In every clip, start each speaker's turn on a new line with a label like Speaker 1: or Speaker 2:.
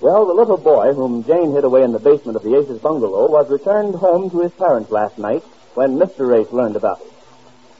Speaker 1: Well, the little boy whom Jane hid away in the basement of the Aces bungalow was returned home to his parents last night when Mr. Ace learned about it.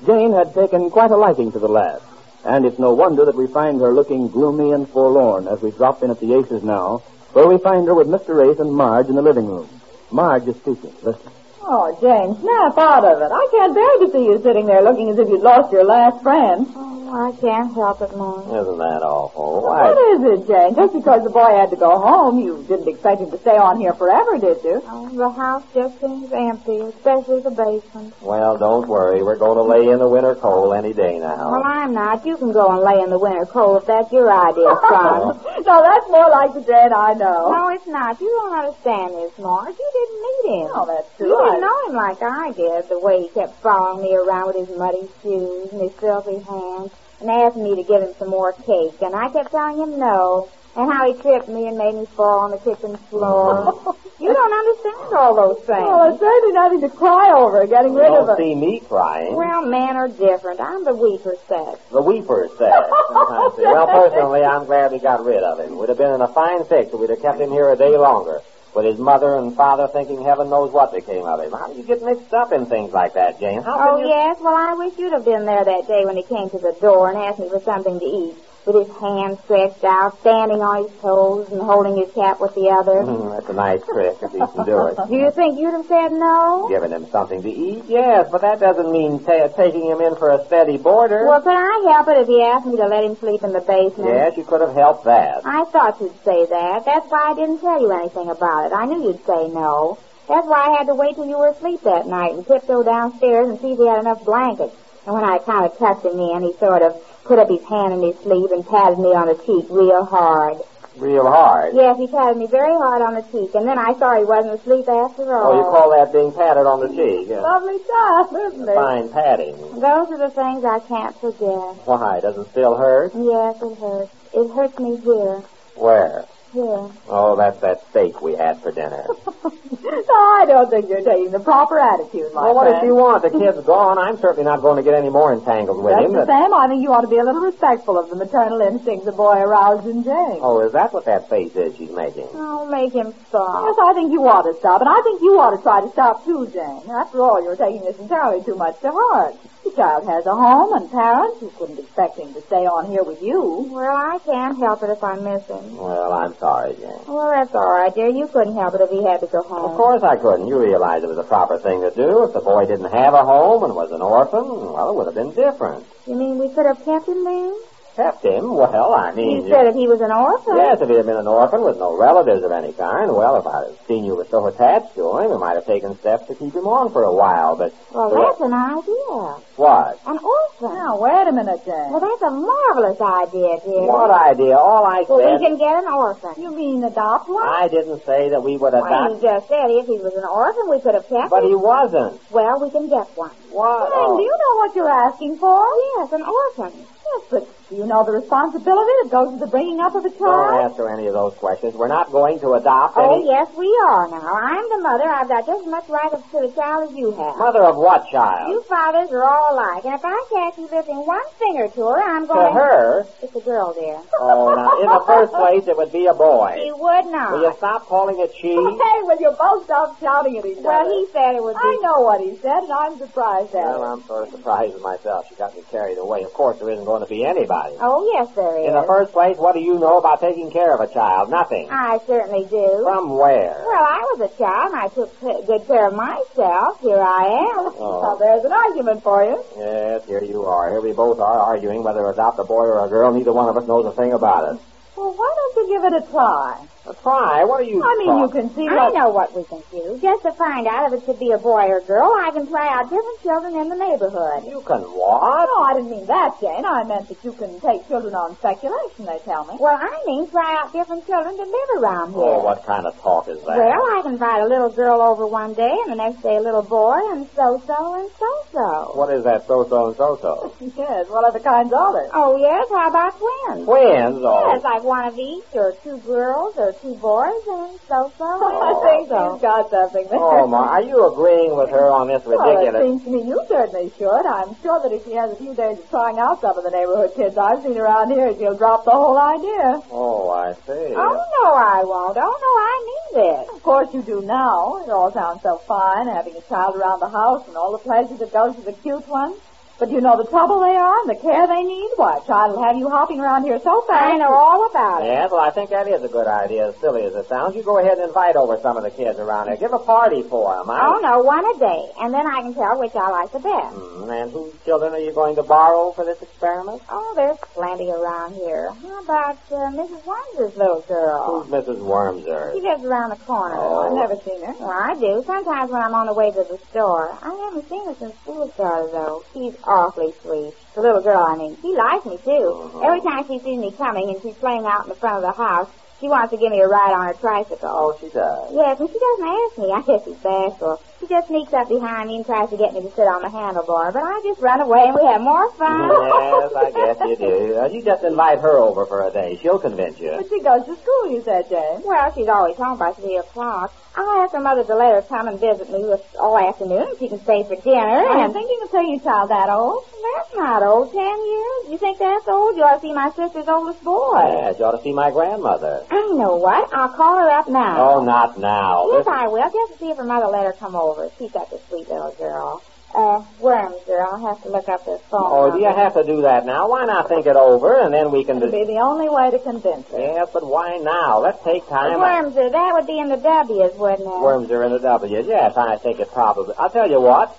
Speaker 1: Jane had taken quite a liking to the lad, and it's no wonder that we find her looking gloomy and forlorn as we drop in at the Aces now, where we find her with Mr. Ace and Marge in the living room. Marge is speaking. Listen.
Speaker 2: Oh, Jane, snap out of it. I can't bear to see you sitting there looking as if you'd lost your last friend.
Speaker 3: Oh, I can't help it, Mom.
Speaker 4: Isn't that awful?
Speaker 2: What is it, Jane? Just because the boy had to go home, you didn't expect him to stay on here forever, did you?
Speaker 3: Oh, the house just seems empty, especially the basement.
Speaker 4: Well, don't worry. We're going to lay in the winter cold any day
Speaker 2: Oh.
Speaker 3: Well,
Speaker 4: now.
Speaker 3: I'm not. You can go and lay in the winter cold if that's your idea, Son.
Speaker 2: no, that's more like the Jane I know.
Speaker 3: no, it's not. You don't understand this, Marge. You didn't meet him.
Speaker 2: No, Oh, that's true.
Speaker 3: You
Speaker 2: I-
Speaker 3: didn't know him like I did, the way he kept following me around with his muddy shoes and his filthy hands, and asked me to give him some more cake, and I kept telling him no, and how he tripped me and made me fall on the kitchen floor. you don't understand all those things.
Speaker 2: Well, it's Oh, certainly nothing to cry over, getting
Speaker 4: You
Speaker 2: rid of
Speaker 4: don't
Speaker 2: it.
Speaker 4: see me crying.
Speaker 3: well, men are different. I'm the weaker sex.
Speaker 4: The weeper said. sometimes. well, personally, I'm glad we got rid of him. We'd have been in a fine fix if we'd have kept him here a day longer. With his mother and father thinking heaven knows what became of him. How do you get mixed up in things like that, Jane? How
Speaker 3: Oh,
Speaker 4: can you...
Speaker 3: yes? Well, I wish you'd have been there that day when he came to the door and asked me for something to eat, with his hand stretched out, standing on his toes and holding his cap with the other.
Speaker 4: Hmm, That's a nice trick if he can do it.
Speaker 3: Do you think you'd have said no?
Speaker 4: Giving him something to eat, yes, but that doesn't mean ta taking him in for a steady boarder.
Speaker 3: Well, could I help it if he asked me to let him sleep in the basement?
Speaker 4: Yes, you could have helped that.
Speaker 3: I thought you'd say that. That's why I didn't tell you anything about it. I knew you'd say no. That's why I had to wait till you were asleep that night and tiptoe downstairs and see if he had enough blankets. And when I kind of tucked him in, he sort of put up his hand in his sleeve and patted me on the cheek real hard.
Speaker 4: Real hard.
Speaker 3: Yes, he patted me very hard on the cheek, and then I saw he wasn't asleep after all.
Speaker 4: Oh, you call that being patted on the cheek? Yeah.
Speaker 2: Lovely child, isn't it?
Speaker 4: Fine patting.
Speaker 3: Those are the things I can't forget.
Speaker 4: Why? Doesn't still hurt?
Speaker 3: Yes, it hurts. It hurts me here.
Speaker 4: Where?
Speaker 3: Here.
Speaker 4: Oh, that's that steak we had for dinner.
Speaker 2: no, I don't think you're taking the proper attitude, my
Speaker 4: well, what
Speaker 2: friend.
Speaker 4: does she want? The kid's gone. I'm certainly not going to get any more entangled with
Speaker 2: Just
Speaker 4: him.
Speaker 2: the
Speaker 4: but-
Speaker 2: same, I think you ought to be a little respectful of the maternal instincts the boy aroused in Jane.
Speaker 4: Oh, is that what that face is she's making?
Speaker 3: Oh, make him stop.
Speaker 2: Yes, I think you ought to stop, and I think you ought to try to stop too, Jane. After all, you're taking this entirely too much to heart. The child has a home and parents. You couldn't expect him to stay on here with you.
Speaker 3: Well, I can't help it if I miss him.
Speaker 4: Well, I'm sorry, Jane.
Speaker 3: Well, that's all right, dear. You couldn't help it if he had to go home.
Speaker 4: Of course I couldn't. You realize it was the proper thing to do. If the boy didn't have a home and was an orphan, well, it would have been different.
Speaker 3: You mean we could have kept him there?
Speaker 4: Kept him? Well, I mean...
Speaker 3: You said if he was an orphan.
Speaker 4: Yes, if he'd have been an orphan with no relatives of any kind, well, if I'd have seen you were so attached to him, we might have taken steps to keep him on for a while, but...
Speaker 3: Well, that's an idea.
Speaker 4: What?
Speaker 3: An orphan.
Speaker 2: Now, wait a minute, Jane.
Speaker 3: Well, that's a marvelous idea, dear.
Speaker 4: What idea? All I
Speaker 3: Well, we
Speaker 4: said...
Speaker 3: can get an orphan.
Speaker 2: You mean adopt one?
Speaker 4: I didn't say that we would
Speaker 3: Well,
Speaker 4: adopt...
Speaker 3: you just said if he was an orphan, we could have kept
Speaker 4: But he
Speaker 3: him.
Speaker 4: wasn't.
Speaker 3: Well, we can get one.
Speaker 4: What?
Speaker 2: Jane, do you know what you're asking for?
Speaker 3: Yes, an orphan.
Speaker 2: Yes, but do you know the responsibility that goes with the bringing up of a
Speaker 4: Don't
Speaker 2: child?
Speaker 4: answer any of those questions. We're not going to adopt
Speaker 3: Oh,
Speaker 4: any...
Speaker 3: yes, we are now. I'm the mother. I've got just as much right to the child as you have.
Speaker 4: Mother of what child?
Speaker 3: You fathers are all alike, and if I catch you lifting one finger to her, I'm
Speaker 4: To
Speaker 3: going to...
Speaker 4: her...
Speaker 3: It's a girl, dear.
Speaker 4: Oh, now, in the first place, it would be a
Speaker 3: She
Speaker 4: boy.
Speaker 3: would
Speaker 4: Will you
Speaker 3: not.
Speaker 4: stop calling it she?
Speaker 2: Hey, will you both stop shouting at each other?
Speaker 3: Well, he said it would be...
Speaker 2: I know what he said, and I'm surprised at
Speaker 4: Well,
Speaker 2: it.
Speaker 4: I'm sort of surprised at myself. She got me carried away. Of course, there isn't going to be anybody.
Speaker 3: Oh, yes, there is.
Speaker 4: In the first place, what do you know about taking care of a child? Nothing.
Speaker 3: I certainly do. Well,
Speaker 4: From where?
Speaker 3: I was a child, and I took ca- good care of myself. Here I am.
Speaker 2: Well, there's an argument for you.
Speaker 4: Yes, here you are. Here we both are arguing whether to adopt a boy or a girl. Neither one of us knows a thing about it.
Speaker 2: Well, why don't you give it a try?
Speaker 4: Uh, Try. What are you?
Speaker 2: I mean, you
Speaker 4: talk-
Speaker 2: can see
Speaker 3: I
Speaker 2: what...
Speaker 3: know what we can do. Just to find out if it should be a boy or girl, I can play out different children in the neighborhood.
Speaker 4: You can what?
Speaker 2: No, I didn't mean that, Jane. I meant that you can take children on speculation, they tell me.
Speaker 3: Well, I mean play out different children that live around here.
Speaker 4: Oh, what kind of talk is that?
Speaker 3: Well, I can invite a little girl over one day, and the next day a little boy, and so-so, and so-so.
Speaker 4: What is that so-so and so-so?
Speaker 2: Yes, what other kinds are there?
Speaker 3: Oh, yes, how about twins?
Speaker 4: Twins, oh.
Speaker 3: Yes, I've one of each, or two girls, or two boys, and so forth.
Speaker 2: I
Speaker 3: and
Speaker 2: think
Speaker 3: Oh, so.
Speaker 2: you've got something there.
Speaker 4: Oh, Ma, are you agreeing with her on this
Speaker 2: Well, it
Speaker 4: ridiculous?
Speaker 2: seems to me you certainly should. I'm sure that if she has a few days of trying out some of the neighborhood kids I've seen around here, she'll drop the whole idea.
Speaker 4: Oh, I see.
Speaker 3: Oh, no, I won't. Oh, no, I need it.
Speaker 2: Of course you do now. It all sounds so fine, having a child around the house and all the pleasure that goes with a cute one. But you know the trouble they are and the care they need? Why, a child will have you hopping around here so fast.
Speaker 3: I know all about it.
Speaker 4: Yes, well, I think that is a good idea, as silly as it sounds. You go ahead and invite over some of the kids around here. Give a party for them, huh?
Speaker 3: Oh, no, one a day, and then I can tell which I like the
Speaker 2: Oh,
Speaker 3: best.
Speaker 4: Hmm, and whose children are you going to borrow for this experiment?
Speaker 3: Oh, there's plenty around here. How about uh, Mrs. Wonders' little girl?
Speaker 2: Oh.
Speaker 4: Who's Mrs. Wormser?
Speaker 3: She lives around the corner.
Speaker 4: Oh.
Speaker 2: I've never seen her.
Speaker 3: Well, I do. Sometimes when I'm on the way to the store. I haven't seen her since school started, though. She's awfully sweet. The little girl, I mean. She likes me, too.
Speaker 4: Mhm.
Speaker 3: Every time she sees me coming and she's playing out in the front of the house, she wants to give me a ride on her tricycle.
Speaker 4: Oh, she does.
Speaker 3: Yes, and she doesn't ask me. I guess she's bashful. She just sneaks up behind me and tries to get me to sit on the handlebar, but I just run away and we have more fun.
Speaker 4: yes, I guess you do. Uh, you just invite her over for a day. She'll convince you.
Speaker 2: But she goes to school, you said, Jane.
Speaker 3: Well, she's always home by three o'clock. I'll ask her mother to let her come and visit me with all afternoon. She can stay for dinner
Speaker 2: Are you
Speaker 3: and Oh,
Speaker 2: thinking of taking a child that old?
Speaker 3: That's not old. Ten years? You think that's old? You ought to see my sister's oldest boy.
Speaker 4: Yes, you ought to see my grandmother.
Speaker 3: I know what. I'll call her up
Speaker 2: Ah.
Speaker 3: now.
Speaker 4: Oh, not now.
Speaker 3: yes,
Speaker 4: This-
Speaker 3: I will, just to see if her mother let her come over. She's such a sweet little girl. Uh, Worms girl. I'll have to look up this phone.
Speaker 4: Oh, do you
Speaker 3: number.
Speaker 4: have to do that now? Why not think it over, and then we can...
Speaker 2: It'll be the only way to convince her.
Speaker 4: Yes, but why now? Let's take time.
Speaker 3: Wormser, uh, that would be in the W's, wouldn't it?
Speaker 4: Worms are in the W's. Yes, I think it probably. I'll tell you what.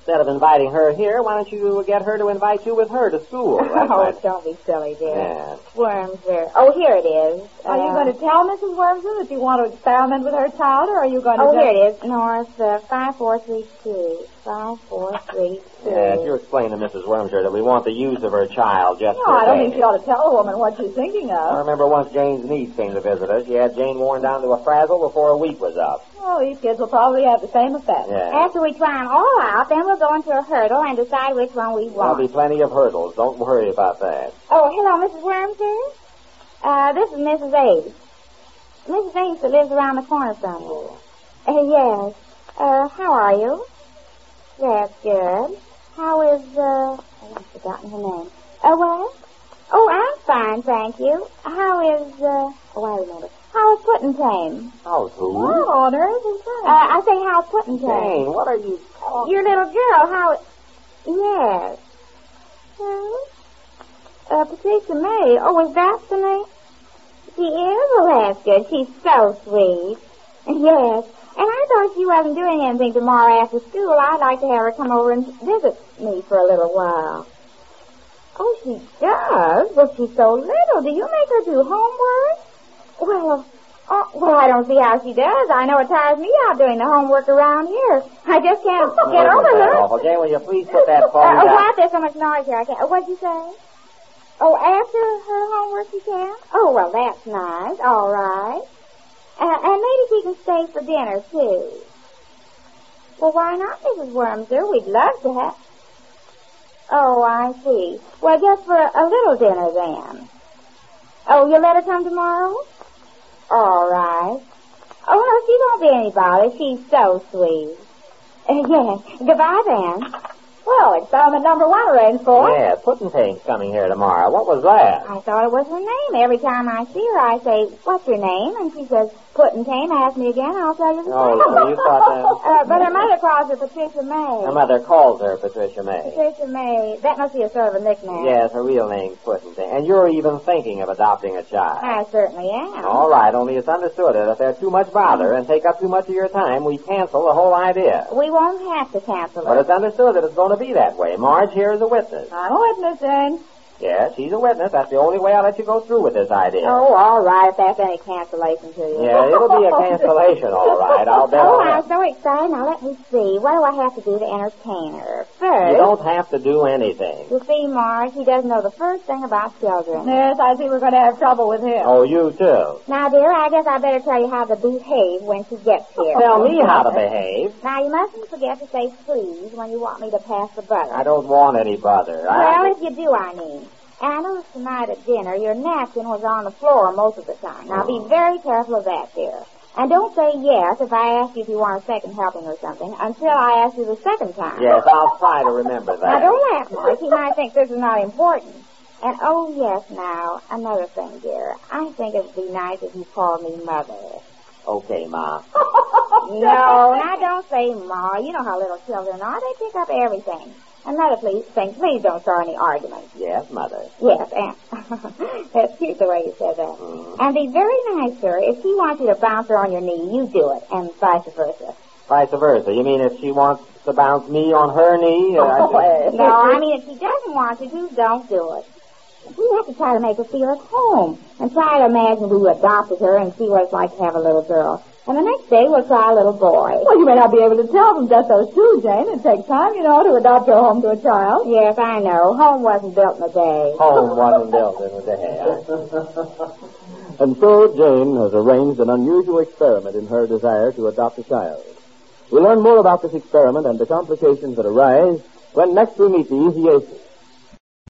Speaker 4: Instead of inviting her here, why don't you get her to invite you with her to school? That
Speaker 3: Oh,
Speaker 4: might-
Speaker 3: don't be silly, dear.
Speaker 4: Yeah.
Speaker 3: Wormser. Oh, here it is.
Speaker 2: Are you
Speaker 3: Uh,
Speaker 2: going to tell Mrs. Wormser that you want to experiment with her child, or are you going to
Speaker 3: Oh,
Speaker 2: just...
Speaker 3: here it is. North, uh, 5432. 5432.
Speaker 4: Yes, you explain to Mrs. Wormser that we want the use of her child just
Speaker 2: No,
Speaker 4: for
Speaker 2: I don't
Speaker 4: today.
Speaker 2: think you ought to tell a woman what you're thinking
Speaker 4: I
Speaker 2: of.
Speaker 4: remember once Jane's niece came to visit us. She had Jane worn down to a frazzle before a week was up.
Speaker 2: Well, Oh, these kids will probably have the same effect.
Speaker 4: Yeah.
Speaker 3: After we try 'em all out, then we'll go into a hurdle and decide which one we
Speaker 4: There'll be
Speaker 3: want.
Speaker 4: plenty of hurdles. Don't worry about that.
Speaker 3: Oh, hello, Mrs. Wormser. Uh, this is Mrs. Ace. Mrs. Ace that lives around the corner from you. Uh, yes. Uh, how are you? That's good. How is, uh, oh, I've forgotten her name. Uh, what? Oh, I'm fine, thank you. How is, uh, oh, I remember. How is Puttentame?
Speaker 4: How's who?
Speaker 2: What on earth is
Speaker 3: Uh,
Speaker 2: that?
Speaker 3: I say, how's Puttentame?
Speaker 4: Jane, Ah, what are you talking?
Speaker 3: Your little girl, how... Yes. Hmm? Uh, Patricia May. Oh, is that the name? She is? Well, that's good. She's so sweet. Yes. And I thought she wasn't doing anything tomorrow after school. I'd like to have her come over and visit me for a little while. Oh, she does? Well, she's so little. Do you make her do homework? Well, oh, well, I don't see how she does. I know it tires me out doing the homework around here. I just can't
Speaker 4: Oh,
Speaker 3: get
Speaker 4: isn't
Speaker 3: over
Speaker 4: that
Speaker 3: her.
Speaker 4: awful? Jane, will you please put that phone
Speaker 3: Uh, oh,
Speaker 4: down?
Speaker 3: why is there so much noise here? I can't. uh, What'd you say? Oh, after her homework, she can? Oh, well, that's nice. All right. Uh, and maybe she can stay for dinner, too. Well, why not, Mrs. Wormser? We'd love to have. Oh, I see. Well, just for a little dinner, then. Oh, you'll let her come tomorrow? All right. Oh, no, she won't be any bother. She's so sweet. Uh, yes. Goodbye, then.
Speaker 2: Well, experiment number one arranged for.
Speaker 4: Yeah, Puddingtain's coming here tomorrow. What was that?
Speaker 3: I thought it was her name. Every time I see her, I say, what's your name? And she says, Puttentame. Ask me again, I'll tell you the
Speaker 4: Oh, you
Speaker 3: same.
Speaker 4: thought
Speaker 3: Uh, but her mother calls her Patricia
Speaker 4: that. Her
Speaker 3: May.
Speaker 4: mother calls her Patricia May.
Speaker 3: Patricia May. That must be a sort of a nickname.
Speaker 4: Yes, her real name's Puddingtain. And you're even thinking of adopting a child.
Speaker 3: I certainly am.
Speaker 4: All right, only it's understood that if they're too much bother and take up too much of your time, we cancel the whole idea.
Speaker 3: We won't have to cancel
Speaker 4: But
Speaker 3: it.
Speaker 4: it's understood that it's going to be that way. Marge here is a witness.
Speaker 2: I'm a witness, Jane.
Speaker 4: Yes, she's a witness. That's the only way I'll let you go through with this idea.
Speaker 3: Oh, all right, if that's any cancellation to you.
Speaker 4: Yeah, it'll be a cancellation, all right. I'll bet on
Speaker 3: Oh,
Speaker 4: that.
Speaker 3: I'm so excited. Now, let me see. What do I have to do to entertain her?
Speaker 4: You
Speaker 3: First,
Speaker 4: don't have to do anything.
Speaker 3: you see, Marge, he doesn't know the first thing about children.
Speaker 2: Yes, I think we're going to have trouble with him.
Speaker 4: Oh, you too.
Speaker 3: Now, dear, I guess I better tell you how to behave when she gets here.
Speaker 4: Tell me how to behave.
Speaker 3: Now, you mustn't forget to say please when you want me to pass
Speaker 4: I
Speaker 3: the butter.
Speaker 4: don't want any bother. I,
Speaker 3: Well, if you do, I mean. And I noticed tonight at dinner your napkin was on the floor most of the time. Now be very careful of that, dear. And don't say yes if I ask you if you want a second helping or something until I ask you the second time.
Speaker 4: Yes, I'll try to remember that.
Speaker 3: Now don't laugh, Mark. He might think this is not important. And oh yes, now another thing, dear. I think it would be nice if you called me mother.
Speaker 4: Okay, Ma.
Speaker 3: No, now don't say Ma. You know how little children are. They pick up everything. Another please thing, please don't start any arguments.
Speaker 4: Yes, Mother.
Speaker 3: Yes, and that's cute the way you said that.
Speaker 4: Mm.
Speaker 3: And be very nice, sir. If she wants you to bounce her on your knee, you do it, and vice versa.
Speaker 4: Vice versa. You mean if she wants to bounce me on her knee? uh,
Speaker 3: Oh,
Speaker 4: I just-
Speaker 3: No, I mean if she doesn't want you to, don't do it. We have to try to make her feel at home, and try to imagine we adopted her and see what it's like to have a little girl. And the next day we'll try a little boy.
Speaker 2: Well, you may not be able to tell from just those two, Jane. It takes time, you know, to adopt her home to a child.
Speaker 3: Yes, I know. Home wasn't built in a day.
Speaker 4: Home wasn't built in a day.
Speaker 1: And so Jane has arranged an unusual experiment in her desire to adopt a child. We'll learn more about this experiment and the E complications that arise when next we meet the Easy Aces.